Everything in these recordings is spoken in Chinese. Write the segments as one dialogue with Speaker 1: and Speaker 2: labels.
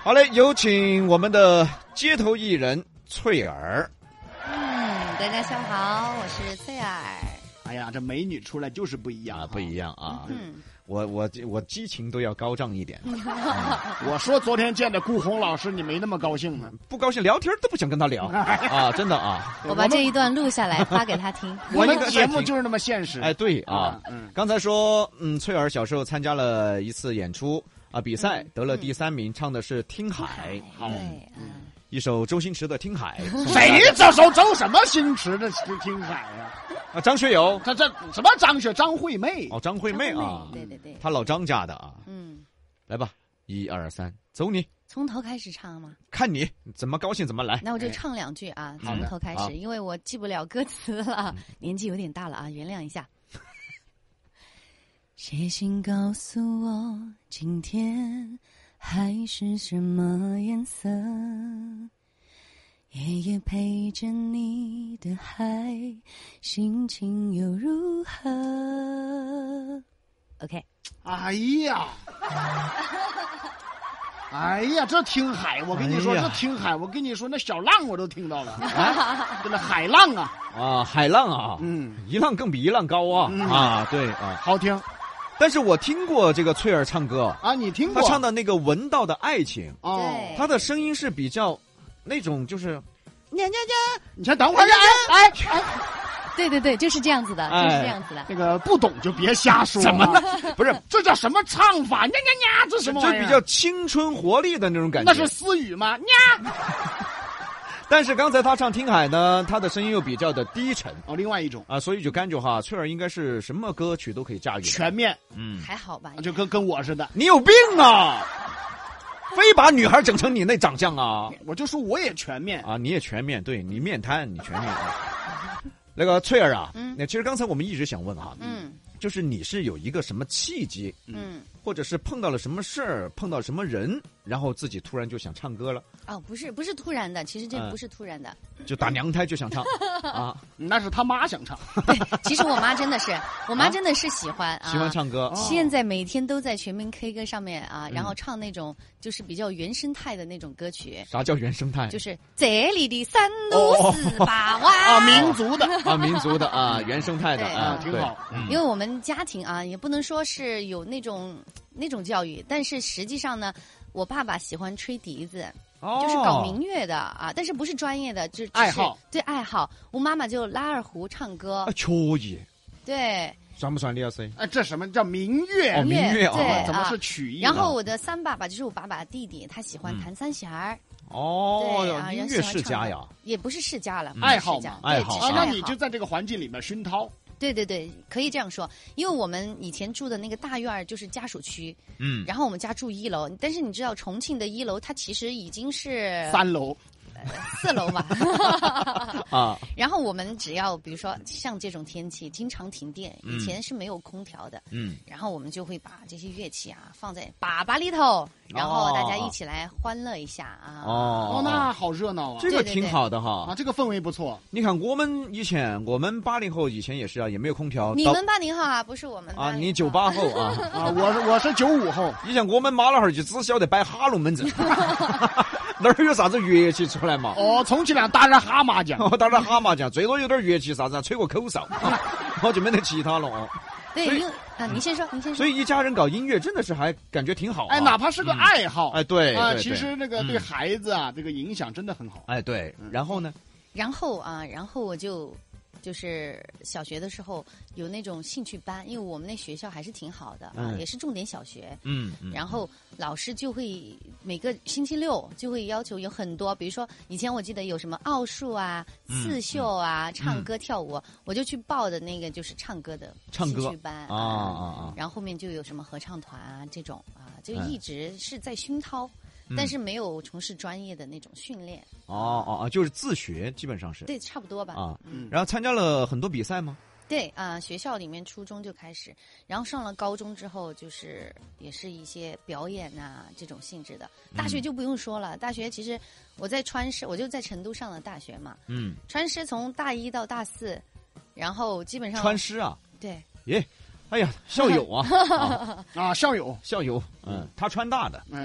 Speaker 1: 好嘞，有请我们的街头艺人翠儿。
Speaker 2: 嗯，大家下午好，我是翠儿。
Speaker 3: 哎呀，这美女出来就是不一样
Speaker 1: 啊，
Speaker 3: 啊
Speaker 1: 不一样啊！
Speaker 2: 嗯，
Speaker 1: 我我我激情都要高涨一点，
Speaker 3: 啊我说昨天见的顾红老师，你没那么高兴呢。
Speaker 1: 不高兴聊天都不想跟他聊 啊！真的啊，
Speaker 2: 我把这一段录下来发给他听。
Speaker 3: 我
Speaker 1: 应该
Speaker 3: 们
Speaker 1: 在
Speaker 3: 节目
Speaker 1: 听
Speaker 3: 就是那么现实。
Speaker 1: 哎对啊
Speaker 3: 啊，嗯
Speaker 1: 刚才说嗯，翠儿小时候参加了一次演出啊比赛，得了第三名，唱的是《听
Speaker 2: 哎
Speaker 1: 海》，
Speaker 3: 好
Speaker 2: 对，嗯，
Speaker 1: 一首周星驰的《听海》送给大家。
Speaker 3: 谁这手周什么星驰的听海呀？
Speaker 1: 啊？张学友
Speaker 3: 他这什么张雪张惠妹？
Speaker 1: 哦，张惠妹啊，
Speaker 2: 对对对，
Speaker 1: 她老张家的啊，
Speaker 2: 嗯，
Speaker 1: 来吧，一二三，走你，
Speaker 2: 从头开始唱吗？
Speaker 1: 看你怎么高兴怎么来。
Speaker 2: 那我就唱两句啊，
Speaker 1: 哎好的
Speaker 2: 从头开
Speaker 1: 好嗯
Speaker 2: 始，因为我记不了歌词了， 年纪有点大了啊，原谅一下。 写信告诉我今天海是什么颜色，夜夜陪着你的海，心情又如何？OK，
Speaker 3: 哎呀，哎呀，这听海，我跟你说，
Speaker 1: 哎呀
Speaker 3: 这听海，我跟你说，那小浪我都听到了啊，对了，海浪啊，
Speaker 1: 啊，海浪啊，
Speaker 3: 嗯，
Speaker 1: 一浪更比一浪高啊、啊，对啊。
Speaker 3: 好听
Speaker 1: 但是我听过这个翠儿唱歌，
Speaker 3: 啊，你听
Speaker 1: 她
Speaker 3: 过？
Speaker 1: 唱的那个《闻到的爱情》，
Speaker 3: 哦
Speaker 2: 对，
Speaker 1: 她的声音是比较那种就是，娘娘娘，
Speaker 3: 你先等会儿，哎哎哎，
Speaker 2: 对对对，就是这样子的，
Speaker 1: 哎
Speaker 2: 就是这样子的。
Speaker 3: 那个不懂就别瞎说，啊
Speaker 1: 怎么了？不是，
Speaker 3: 这叫什么唱法？nha nha nha，这什么
Speaker 1: 就
Speaker 3: 玩意儿？
Speaker 1: 比较青春活力的那种感觉。
Speaker 3: 那是私语吗？nha。
Speaker 1: 但是刚才她唱《听海》呢，她的声音又比较的低沉
Speaker 3: 哦，另外一种
Speaker 1: 啊，所以就感觉哈，翠儿应该是什么歌曲都可以驾驭的。
Speaker 3: 全面，
Speaker 1: 嗯，
Speaker 2: 还好吧，
Speaker 3: 就跟跟我似的。
Speaker 1: 你有病啊！非把女孩整成你那长相啊！
Speaker 3: 我就说我也全面，
Speaker 1: 啊，你也全面，对你面瘫，你全面。 那个翠儿啊，
Speaker 2: 嗯
Speaker 1: 那其实刚才我们一直想问哈、
Speaker 2: 嗯
Speaker 1: 就是你是有一个什么契机，
Speaker 2: 嗯。
Speaker 1: 或者是碰到了什么事儿，碰到什么人，然后自己突然就想唱歌了，
Speaker 2: 哦，不是，不是突然的，其实这
Speaker 1: 嗯
Speaker 2: 不是突然的。
Speaker 1: 就打娘胎就想 唱啊，
Speaker 3: 那是他妈想唱。
Speaker 2: 其实我妈真的是，
Speaker 1: 啊
Speaker 2: 我妈真的是喜欢啊，
Speaker 1: 喜欢。唱歌。
Speaker 3: 哦
Speaker 2: 现在每天都在全民 K 歌上面啊，
Speaker 1: 嗯
Speaker 2: 然后唱那种就是比较原生态的那种歌曲，
Speaker 1: 啥叫原生态？
Speaker 2: 就是这里的山
Speaker 1: 哎哦
Speaker 2: 路十八弯
Speaker 3: 啊，民族的
Speaker 1: 啊，民族的啊，原生态的
Speaker 2: 对嗯
Speaker 1: 啊，
Speaker 3: 啊，挺
Speaker 1: 对
Speaker 3: 好。。
Speaker 2: 因为我们家庭啊，也不能说是有那种那种教育，但是实际上呢，我爸爸喜欢吹笛子，
Speaker 1: 哦
Speaker 2: 就是搞民乐的啊，但是不是专业的，就
Speaker 3: 爱
Speaker 2: 就
Speaker 3: 好，
Speaker 2: 是对爱好。我妈妈就拉二胡唱歌
Speaker 1: 啊，，可以，
Speaker 2: 对。
Speaker 1: 算不算李老师？
Speaker 3: 哎，这什么叫民乐
Speaker 1: 哦？民乐啊
Speaker 2: 对
Speaker 3: 怎么是
Speaker 2: 啊
Speaker 3: 曲艺呢？
Speaker 2: 然后我的三爸爸就是我爸爸弟弟，他喜欢
Speaker 1: 嗯
Speaker 2: 弹三弦儿，
Speaker 1: 哦
Speaker 2: 对，啊，
Speaker 1: 音
Speaker 2: 然后
Speaker 1: 乐
Speaker 2: 喜欢
Speaker 1: 世
Speaker 2: 唱
Speaker 1: 家
Speaker 2: 歌
Speaker 1: 呀，
Speaker 2: 也不是世家了，
Speaker 3: 嗯爱好
Speaker 2: 世家
Speaker 3: 嘛
Speaker 2: 对
Speaker 1: 爱好
Speaker 2: 只
Speaker 3: 啊
Speaker 2: 是，
Speaker 3: 那
Speaker 2: 爱
Speaker 3: 你
Speaker 2: 好
Speaker 3: 就在这个环境里面熏陶。
Speaker 2: 对对对，可以这样说，因为我们以前住的那个大院儿就是家属区，
Speaker 1: 嗯，
Speaker 2: 然后我们家住一楼，但是你知道重庆的一楼它其实已经是
Speaker 3: 三楼
Speaker 2: 四楼嘛，
Speaker 1: 啊，
Speaker 2: 然后我们只要比如说像这种天气经常停电，
Speaker 1: 嗯
Speaker 2: 以前是没有空调的，
Speaker 1: 嗯，
Speaker 2: 然后我们就会把这些乐器啊放在粑粑里头，然后大家一起来欢乐一下啊。
Speaker 1: 哦
Speaker 3: 哦，，那好热闹啊
Speaker 1: 这个
Speaker 2: 对对哦
Speaker 1: 挺
Speaker 2: 对
Speaker 1: 好的哈
Speaker 3: 啊，。这个氛围不错。
Speaker 1: 你看，我们以前，我们八零后以前也是啊，也没有空调。
Speaker 2: 你
Speaker 1: 到
Speaker 2: 们八零后啊，不是我们
Speaker 3: 哎
Speaker 1: 啊，
Speaker 2: 80
Speaker 1: 你
Speaker 2: 后
Speaker 1: 九八后 啊，
Speaker 3: 啊，我是我是九五后，
Speaker 1: 以前我们妈老汉儿就只晓得摆哈龙门阵， 哪儿有啥子乐器出来嘛？
Speaker 3: 哦，充其量打点哈麻 将。
Speaker 1: 我打点哈麻将，最多有点乐器啥子啊，吹个口哨， 我就没得其他了哦。
Speaker 2: 对，
Speaker 1: 所以嗯
Speaker 2: 因为啊，您先说，您先说
Speaker 1: 所。以一家人搞音乐真的是还感觉挺好啊。
Speaker 3: 哎，哪怕是个
Speaker 1: 嗯
Speaker 3: 爱好，
Speaker 1: 哎对
Speaker 3: 啊，
Speaker 1: 对
Speaker 3: 其
Speaker 1: 对
Speaker 3: 实那个
Speaker 1: 嗯
Speaker 3: 对孩子啊，这个影响真的很好。
Speaker 1: 哎对，然后呢？
Speaker 2: 然后啊，然后我就就是小学的时候有那种兴趣班，因为我们那学校还是挺好的啊，
Speaker 1: 嗯
Speaker 2: 也是重点小学。
Speaker 1: 嗯，嗯
Speaker 2: 然后老师就会每个星期六就会要求有很多，比如说以前我记得有什么奥数啊、
Speaker 1: 嗯
Speaker 2: 刺绣啊、唱歌跳舞，我就去报的那个就是唱歌的
Speaker 1: 唱歌
Speaker 2: 兴趣班
Speaker 1: 啊啊啊，
Speaker 2: 然后后面就有什么合唱团啊这种啊，就
Speaker 1: 哎
Speaker 2: 一直是在熏陶，
Speaker 1: 嗯
Speaker 2: 但是没有从事专业的那种训练，
Speaker 1: 哦哦哦，就是自学基本上是
Speaker 2: 对，差不多吧。
Speaker 1: 啊。
Speaker 3: 嗯，
Speaker 1: 然后参加了很多比赛吗？
Speaker 2: 对啊、学校里面初中就开始，然后上了高中之后，就是也是一些表演呐、这种性质的。大
Speaker 1: 嗯
Speaker 2: 学就不用说了，大学其实我在川师，我就在成都上了大学嘛。
Speaker 1: 嗯，
Speaker 3: 嗯
Speaker 2: 川师从大一到大四，然后基本上
Speaker 1: 川师啊，
Speaker 2: 对
Speaker 1: 耶，哎呀，校友 啊，啊
Speaker 3: 啊，校友，
Speaker 1: 校友，嗯，他川大的
Speaker 3: 嗯，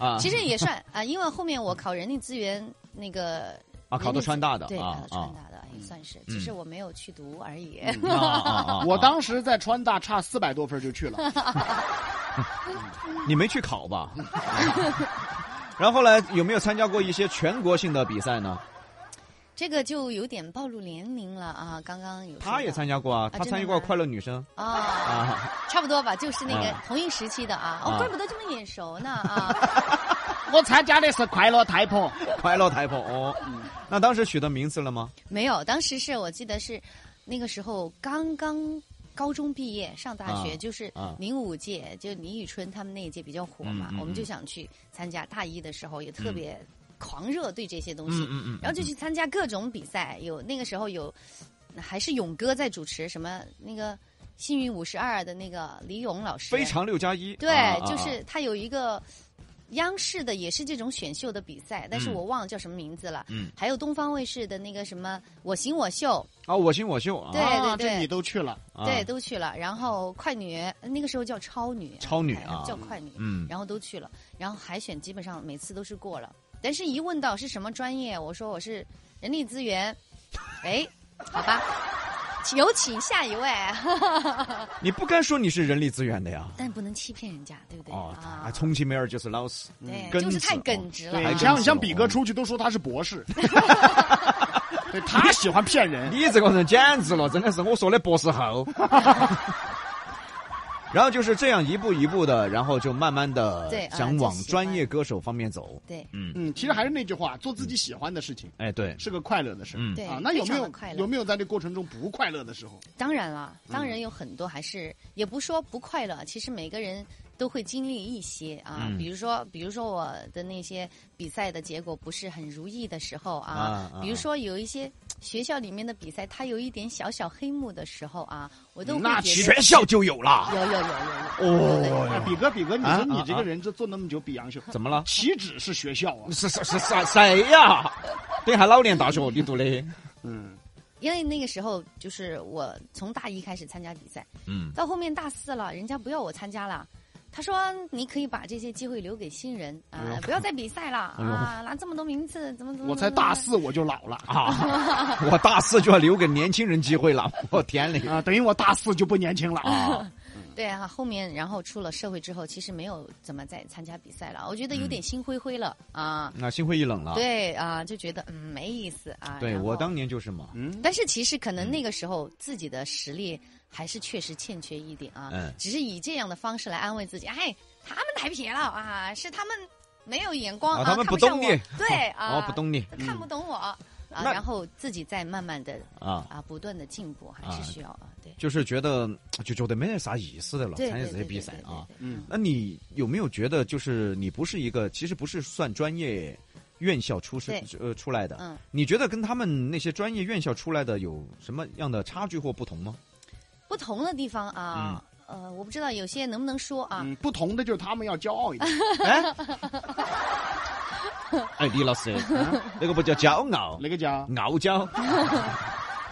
Speaker 1: 啊，
Speaker 2: 其实也算啊，因为后面我考人力资源那个
Speaker 1: 啊考到川大的
Speaker 2: 对，考
Speaker 1: 啊
Speaker 2: 到川
Speaker 1: 啊
Speaker 2: 大的
Speaker 3: 嗯
Speaker 2: 也算是，
Speaker 1: 嗯
Speaker 2: 只是我没有去读而已。
Speaker 1: 啊啊啊！
Speaker 3: 我
Speaker 1: 啊
Speaker 3: 当时在川大差四百多分就去了，
Speaker 1: 你没去考 吧？然后后来有没有参加过一些全国性的比赛呢？
Speaker 2: 这个就有点暴露年龄了啊！刚刚有
Speaker 1: 他也
Speaker 2: 参
Speaker 1: 参加过啊，
Speaker 2: 啊
Speaker 1: 他参与过
Speaker 2: 真的吗
Speaker 1: 快乐女声
Speaker 2: 啊，
Speaker 1: 啊，
Speaker 2: 差不多吧，就是那个
Speaker 1: 啊
Speaker 2: 同一时期的啊，哦
Speaker 1: 啊，
Speaker 2: 怪不得这么眼熟呢啊！
Speaker 3: 我参加的是快乐台 风，
Speaker 2: 嗯
Speaker 1: 快乐台风哦。那当时取的名字了吗？
Speaker 2: 没有，当时是我记得是那个时候刚刚高中毕业上大学，
Speaker 1: 啊
Speaker 2: 就是
Speaker 1: 啊
Speaker 2: 零五届，就李宇春他们那一届比较火嘛，
Speaker 1: 嗯嗯嗯
Speaker 2: 我们就想去参加。大一的时候也特别狂热对这些东西，
Speaker 1: 嗯嗯
Speaker 2: 然后就去参加各种比赛，有那个时候有还是勇哥在主持什么那个。幸运五十二的那个李咏老师，
Speaker 1: 非常六加一。
Speaker 2: 对，
Speaker 1: 啊啊
Speaker 2: 就是他有一个央视的，也是这种选秀的比赛，但是
Speaker 1: 嗯
Speaker 2: 我忘了叫什么名字了。
Speaker 1: 嗯
Speaker 2: 还有东方卫视的那个什么《我行我秀
Speaker 1: 啊，我行我秀啊。
Speaker 2: 对
Speaker 3: 啊
Speaker 2: 对
Speaker 3: 这你都去了，
Speaker 1: 啊》，
Speaker 2: 对，，都去了。然后快女，那个时候叫超女，
Speaker 1: 超女
Speaker 2: 哎
Speaker 1: 啊
Speaker 2: 叫快女，
Speaker 1: 嗯
Speaker 2: 然后都去了。然后海选基本上每次都是过了，但是一问到是什么专业，我说我是人力资源，哎，好吧。有请下一位，
Speaker 1: 你不该说你是人力资源的呀。
Speaker 2: 但不能欺骗人家，对不对？
Speaker 1: 哦，
Speaker 2: 啊
Speaker 1: 啊，，充其梅尔就是老师。
Speaker 2: 对，
Speaker 1: 根
Speaker 2: 就是太
Speaker 1: 子哦
Speaker 2: 耿直了
Speaker 1: 还
Speaker 2: 啊。
Speaker 1: 真
Speaker 3: 对，
Speaker 1: 是
Speaker 3: 像像
Speaker 1: 哦
Speaker 3: 比哥出去都说他是 博士，对他喜欢骗人。
Speaker 1: 你这个人简直了，真的是我说的博士 后。然后就是这样一步一步的，然后就慢慢的
Speaker 2: 对啊
Speaker 1: 想
Speaker 2: 就
Speaker 1: 往
Speaker 2: 喜欢
Speaker 1: 专业歌手方面走。
Speaker 2: 对
Speaker 1: 嗯，
Speaker 3: 嗯，其实还是那句话，做自己喜欢的事情
Speaker 1: 哎对，
Speaker 3: 是个快乐的事。
Speaker 1: 嗯
Speaker 2: 对
Speaker 3: 啊，那有
Speaker 2: 非
Speaker 3: 没
Speaker 2: 常
Speaker 3: 有
Speaker 2: 的快乐
Speaker 3: 有没有在这过程中不快乐的时
Speaker 1: 啊
Speaker 3: 候？
Speaker 2: 当然啦，
Speaker 1: 嗯
Speaker 2: 当然有很多还是、也不说不快乐，其实每个人都会经历一些啊，
Speaker 1: 嗯
Speaker 2: 比如说比如说我的那些比赛的结果不是很如意的时候啊，
Speaker 1: 啊啊
Speaker 2: 比如说有一些学校里面的比赛，它有一点小小黑幕的时候啊，我都
Speaker 3: 那
Speaker 2: 会
Speaker 3: 其
Speaker 2: 觉
Speaker 1: 全校就有
Speaker 2: 得
Speaker 1: 啦。
Speaker 2: 有有有有有有的有
Speaker 1: 哦
Speaker 2: 的
Speaker 3: 哎，比哥，比哥，你
Speaker 1: 啊
Speaker 3: 说你
Speaker 1: 啊
Speaker 3: 这
Speaker 1: 啊
Speaker 3: 个人这做那么久比洋秀，
Speaker 1: 怎么了？
Speaker 3: 岂止是学校 啊？
Speaker 1: 是是是是谁呀？对，还老年大学你读的？
Speaker 3: 嗯，
Speaker 2: 因为那个时候就是我从大一开始参加比赛，
Speaker 1: 嗯
Speaker 2: 到后面大四了，人家不要我参加了。他说：“你可以把这些机会留给新人啊、
Speaker 1: 哎呦
Speaker 2: 不要再比赛了
Speaker 1: 哎呦
Speaker 2: 啊、拿这么多名次，怎么怎么？”
Speaker 3: 我才大，四我就老 了
Speaker 1: 啊，我大四就要留给年轻人机会了，我天嘞！
Speaker 3: 啊，等于我大四就不年轻了啊。
Speaker 2: 对啊，后面然后出了社会之后，其实没有怎么再参加比赛了，我觉得有
Speaker 1: 嗯
Speaker 2: 点心灰灰了、啊。
Speaker 1: 那心灰意冷了。
Speaker 2: 对啊，就觉得嗯没意思啊。
Speaker 1: 对，
Speaker 2: 然后
Speaker 1: 我当年就是嘛。
Speaker 3: 嗯，
Speaker 2: 但是其实可能那个时候自己的实力还是确实欠缺一点啊，
Speaker 1: 嗯
Speaker 2: 只是以这样的方式来安慰自己，哎，他们太撇了啊，是他们没有眼光
Speaker 1: 啊
Speaker 2: 啊，
Speaker 1: 他们
Speaker 2: 看不
Speaker 1: 不懂
Speaker 2: 上我
Speaker 1: 你，
Speaker 2: 对啊，
Speaker 1: 哦，不，懂你
Speaker 2: 看不懂我啊，
Speaker 1: 那
Speaker 2: 然后自己再慢慢的
Speaker 1: 啊，
Speaker 2: 啊，不断的进步，还
Speaker 1: 啊
Speaker 2: 是需要啊，对，
Speaker 1: 就是觉得就觉得没得啥意思的了，
Speaker 2: 对
Speaker 1: 参加这
Speaker 2: 对对
Speaker 1: 些
Speaker 2: 对
Speaker 1: 比
Speaker 2: 对
Speaker 1: 赛
Speaker 2: 对
Speaker 1: 啊。
Speaker 2: 对
Speaker 3: 嗯，
Speaker 1: 那你有没有觉得，就是你不是一个，其实不是算专业院校出身呃出来的，
Speaker 2: 嗯，
Speaker 1: 你觉得跟他们那些专业院校出来的有什么样的差距或不同吗？
Speaker 2: 不同的地方啊。
Speaker 1: 嗯
Speaker 2: 呃，我不知道有些能不能说啊，
Speaker 3: 嗯，不同的就是他们要骄 傲一点。
Speaker 1: 哎， 哎，李老师， 那个不叫骄傲，
Speaker 3: 那个叫
Speaker 1: 傲娇，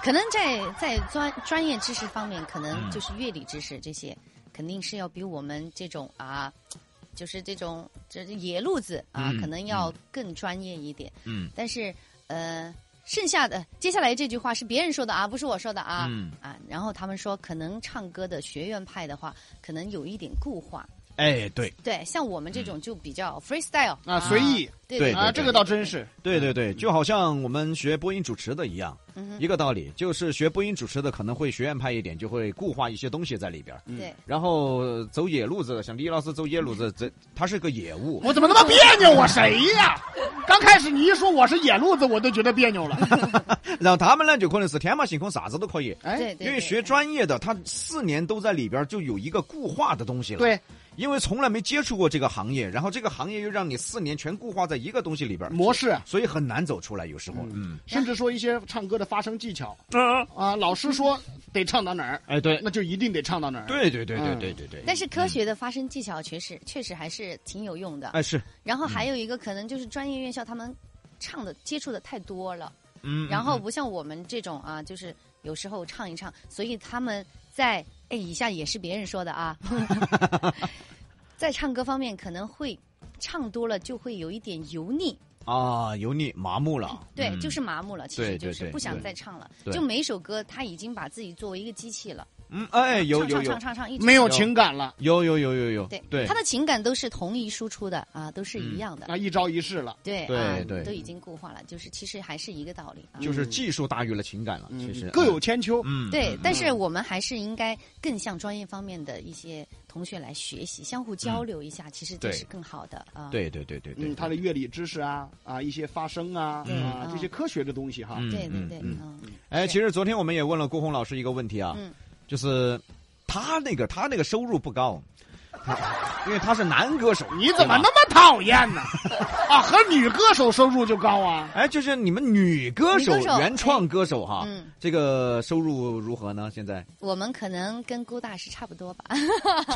Speaker 2: 可能在在专专业知识方面，可能
Speaker 1: 嗯
Speaker 2: 就是乐理知识这些，肯定是要比我们这种啊，就是这种这这野路子啊，
Speaker 1: 嗯
Speaker 2: 可能要更专业一点。
Speaker 1: 嗯
Speaker 2: 但是呃，剩下的接下来这句话是别人说的啊，不是我说的啊、
Speaker 1: 嗯，
Speaker 2: 啊。然后他们说，可能唱歌的学院派的话，可能有一点固化。
Speaker 1: 哎，对
Speaker 2: 对，像我们这种就比较 freestyle
Speaker 3: 嗯啊随意
Speaker 2: 对
Speaker 1: 对
Speaker 3: 啊，
Speaker 1: 对
Speaker 3: 这个倒真是。
Speaker 1: 对对对，就好像我们学播音主持的一样，
Speaker 2: 嗯哼
Speaker 1: 一个道理，就是学播音主持的可能会学院派一点，就会固化一些东西在里边儿。
Speaker 3: 嗯
Speaker 2: 对，
Speaker 1: 然后呃走野路子，像李老师走野路子，这他是个野物。
Speaker 3: 我怎么那么别扭？我谁呀？刚开始你一说我是野路子，我都觉得别扭了。
Speaker 1: 然后他们呢，就可能是天马行空，啥子都可以。
Speaker 3: 哎，
Speaker 2: 对对，
Speaker 1: 因为
Speaker 2: 对
Speaker 1: 学专业的，他四年都在里边，就有一个固化的东西了。，
Speaker 3: 对，
Speaker 1: 因为从来没接触过这个行业，然后这个行业又让你四年全固化在一个东西里边，
Speaker 2: 嗯
Speaker 3: 模式，啊
Speaker 1: 所以很难走出来。有时候，嗯，
Speaker 3: 甚至说一些唱歌的发声技巧啊，老师说得唱到哪儿，
Speaker 1: 哎，对，
Speaker 3: 那就一定得唱到哪儿。
Speaker 1: 对对对对
Speaker 3: 嗯
Speaker 1: 对对对。
Speaker 2: 但是科学的发声技巧确实确实还是挺有用的。
Speaker 1: 哎是，
Speaker 2: 然后还有一个可能就是专业院校他们唱的接触的太多了，
Speaker 1: 嗯，
Speaker 2: 然后
Speaker 1: 嗯
Speaker 2: 不像我们这种啊，就是有时候唱一唱，所以他们在哎，以下也是别人说 的啊。在唱歌方面，可能会唱多了就会有一点油腻，
Speaker 1: 啊，油腻麻木了。
Speaker 2: 对，
Speaker 1: 嗯
Speaker 2: 就是麻木了，其
Speaker 1: 对
Speaker 2: 实就
Speaker 1: 对
Speaker 2: 是
Speaker 1: 对
Speaker 2: 不想
Speaker 1: 对
Speaker 2: 再唱了。
Speaker 1: 对
Speaker 2: 就每首歌他已经把自己作为一个机器了，
Speaker 1: 嗯，哎，有
Speaker 2: 唱
Speaker 1: 有
Speaker 2: 唱
Speaker 1: 有
Speaker 2: 唱唱唱，一直
Speaker 3: 没有
Speaker 1: 有
Speaker 3: 情感了
Speaker 1: 有有有有有，
Speaker 2: 对
Speaker 1: 对
Speaker 2: 他，的情感都是同一输出的啊，都是一样的。
Speaker 3: 啊，一招一式了。
Speaker 2: 对
Speaker 1: 对
Speaker 2: 啊，
Speaker 1: 对
Speaker 2: 都已经固化了，就是其实还是一个道理啊。
Speaker 1: 就是技术大于了情感了，
Speaker 3: 嗯
Speaker 1: 其实
Speaker 3: 各有千秋。
Speaker 1: 嗯，
Speaker 2: 对，但是我们还是应该更向专业方面的一些同学来学习，相互交流一下，其实这
Speaker 1: 对
Speaker 2: 是更好的啊。，
Speaker 1: 对对对对对，
Speaker 3: 嗯，他的乐理知识啊啊，一些发声啊
Speaker 2: 嗯
Speaker 3: 啊，这些科学的东西哈。
Speaker 1: 嗯
Speaker 2: 对对
Speaker 1: 嗯
Speaker 2: 对，
Speaker 1: 嗯
Speaker 2: 嗯，
Speaker 1: 哎，
Speaker 2: 是
Speaker 1: 其实昨天我们也问了郭红老师一个问题啊，
Speaker 2: 嗯
Speaker 1: 就是他那个他那个收入不高，他因为他是男歌手，
Speaker 3: 你怎么
Speaker 1: 对吧
Speaker 3: 那么讨厌 呢？啊，和女歌手收入就高啊。
Speaker 1: 哎，就是你们女歌手、
Speaker 2: 女歌手
Speaker 1: 原创歌手哈，
Speaker 2: 嗯
Speaker 1: 这个收入如何呢？现在
Speaker 2: 我们可能跟郭大师差不多吧。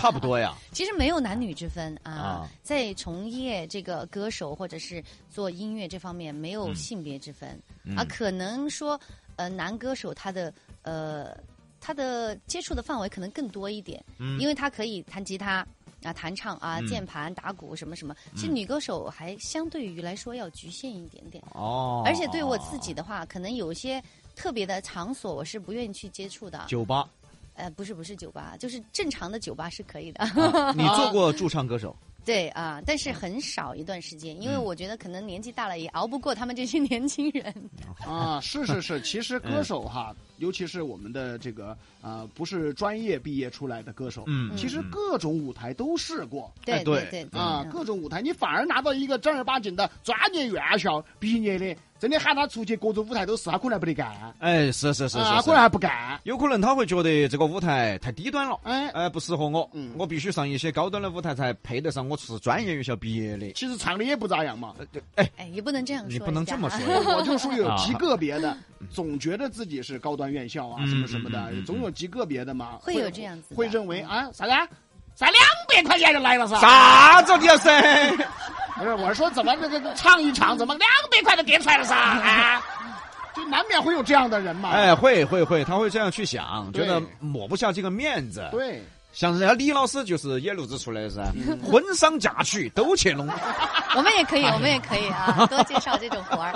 Speaker 1: 差不多呀，
Speaker 2: 其实没有男女之分啊，
Speaker 1: 啊
Speaker 2: 在从业这个歌手或者是做音乐这方面没有性别之分、
Speaker 1: 嗯
Speaker 2: 啊，可能说呃男歌手他的呃他的接触的范围可能更多一点，
Speaker 1: 嗯
Speaker 2: 因为他可以弹吉他。啊，弹唱啊，键盘、打鼓什么什么，
Speaker 1: 嗯
Speaker 2: 其实女歌手还相对于来说要局限一点点。
Speaker 1: 哦，
Speaker 2: 而且对我自己的话，可能有一些特别的场所，我是不愿意去接触的。
Speaker 1: 酒吧，
Speaker 2: 呃，不是不是酒吧，就是正常的酒吧是可以的。
Speaker 1: 啊你做过驻唱歌手，
Speaker 2: 对啊，但
Speaker 1: 嗯
Speaker 2: 是很少一段时间，因为我觉得可能年纪大了也熬不过他们这些年轻人。
Speaker 3: 啊，是是是，其实歌手哈，尤其是我们的这个呃，不是专业毕业出来的歌手，
Speaker 1: 嗯
Speaker 3: 其实各种舞台都试过。
Speaker 1: 哎
Speaker 2: 对
Speaker 1: 对
Speaker 2: 对对
Speaker 3: 啊，
Speaker 2: 嗯
Speaker 3: 各种舞台，你反而拿到一个正儿八经的专业院校毕业的，真的喊他出去各种舞台都试，他可能还不得干，
Speaker 1: 哎，是是是
Speaker 3: 啊，
Speaker 1: 是
Speaker 3: 可能
Speaker 1: 是，
Speaker 3: 还不干，
Speaker 1: 有可能他会觉得这个舞台太低端了。
Speaker 3: 哎，
Speaker 1: 哎，不适合我，
Speaker 3: 嗯
Speaker 1: 我必须上一些高端的舞台才配得上我是专业院校毕业的。
Speaker 3: 其实唱的也不咋样嘛，
Speaker 2: 哎，也不能这样说，
Speaker 1: 你不能这么说。呀，
Speaker 3: 我就说有
Speaker 1: 啊
Speaker 3: 极个别的，总觉得自己是高端院校啊，
Speaker 1: 嗯
Speaker 3: 什么什么的
Speaker 1: 嗯嗯嗯，
Speaker 3: 总有极个别的嘛，
Speaker 2: 会有这样子的
Speaker 3: 会认为
Speaker 2: 嗯
Speaker 3: 啊啥子啊，才两百块钱就来了 是吧？
Speaker 1: 啥子的噻？
Speaker 3: 不是，我是说怎么这个唱一场，怎么两百块都给出来了噻？啊，就难免会有这样的人嘛。
Speaker 1: 哎，，会会会，他会这样去想，觉
Speaker 3: 对
Speaker 1: 得抹不下这个面子。
Speaker 3: 对，
Speaker 1: 像人家李老师就是野路子出来的噻，婚丧嫁娶都去弄。
Speaker 2: 我们也可以，我们也可以 啊，多介绍这种活儿。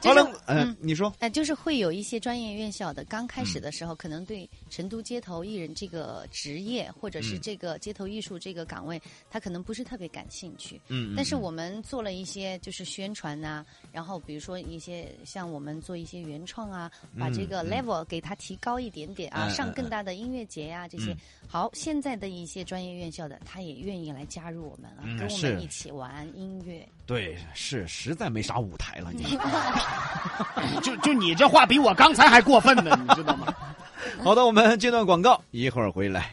Speaker 2: 就
Speaker 1: 好
Speaker 2: 是
Speaker 1: 了，嗯，你说，
Speaker 2: 呃，就是会有一些专业院校的，刚开
Speaker 1: 嗯
Speaker 2: 始的时候，可能对成都街头艺人这个职业，或者是
Speaker 1: 嗯
Speaker 2: 这个街头艺术这个岗位，他可能不是特别感兴趣。
Speaker 1: 嗯，
Speaker 2: 但是
Speaker 1: 嗯
Speaker 2: 我们做了一些就是宣传呐、然后比如说一些像我们做一些原创啊，把这个 level 给它提高一点点啊，
Speaker 1: 嗯
Speaker 2: 上更大的音乐节呀、这些。好，现在的一些专业院校的，他也愿意来加入我们啊，
Speaker 1: 嗯
Speaker 2: 跟我
Speaker 1: 是
Speaker 2: 们一起玩音乐。
Speaker 1: 对，是实在没啥舞台了，你。
Speaker 3: 就就你这话比我刚才还过分呢，你知道吗？
Speaker 1: 好的，我们接段广告，一会儿回来。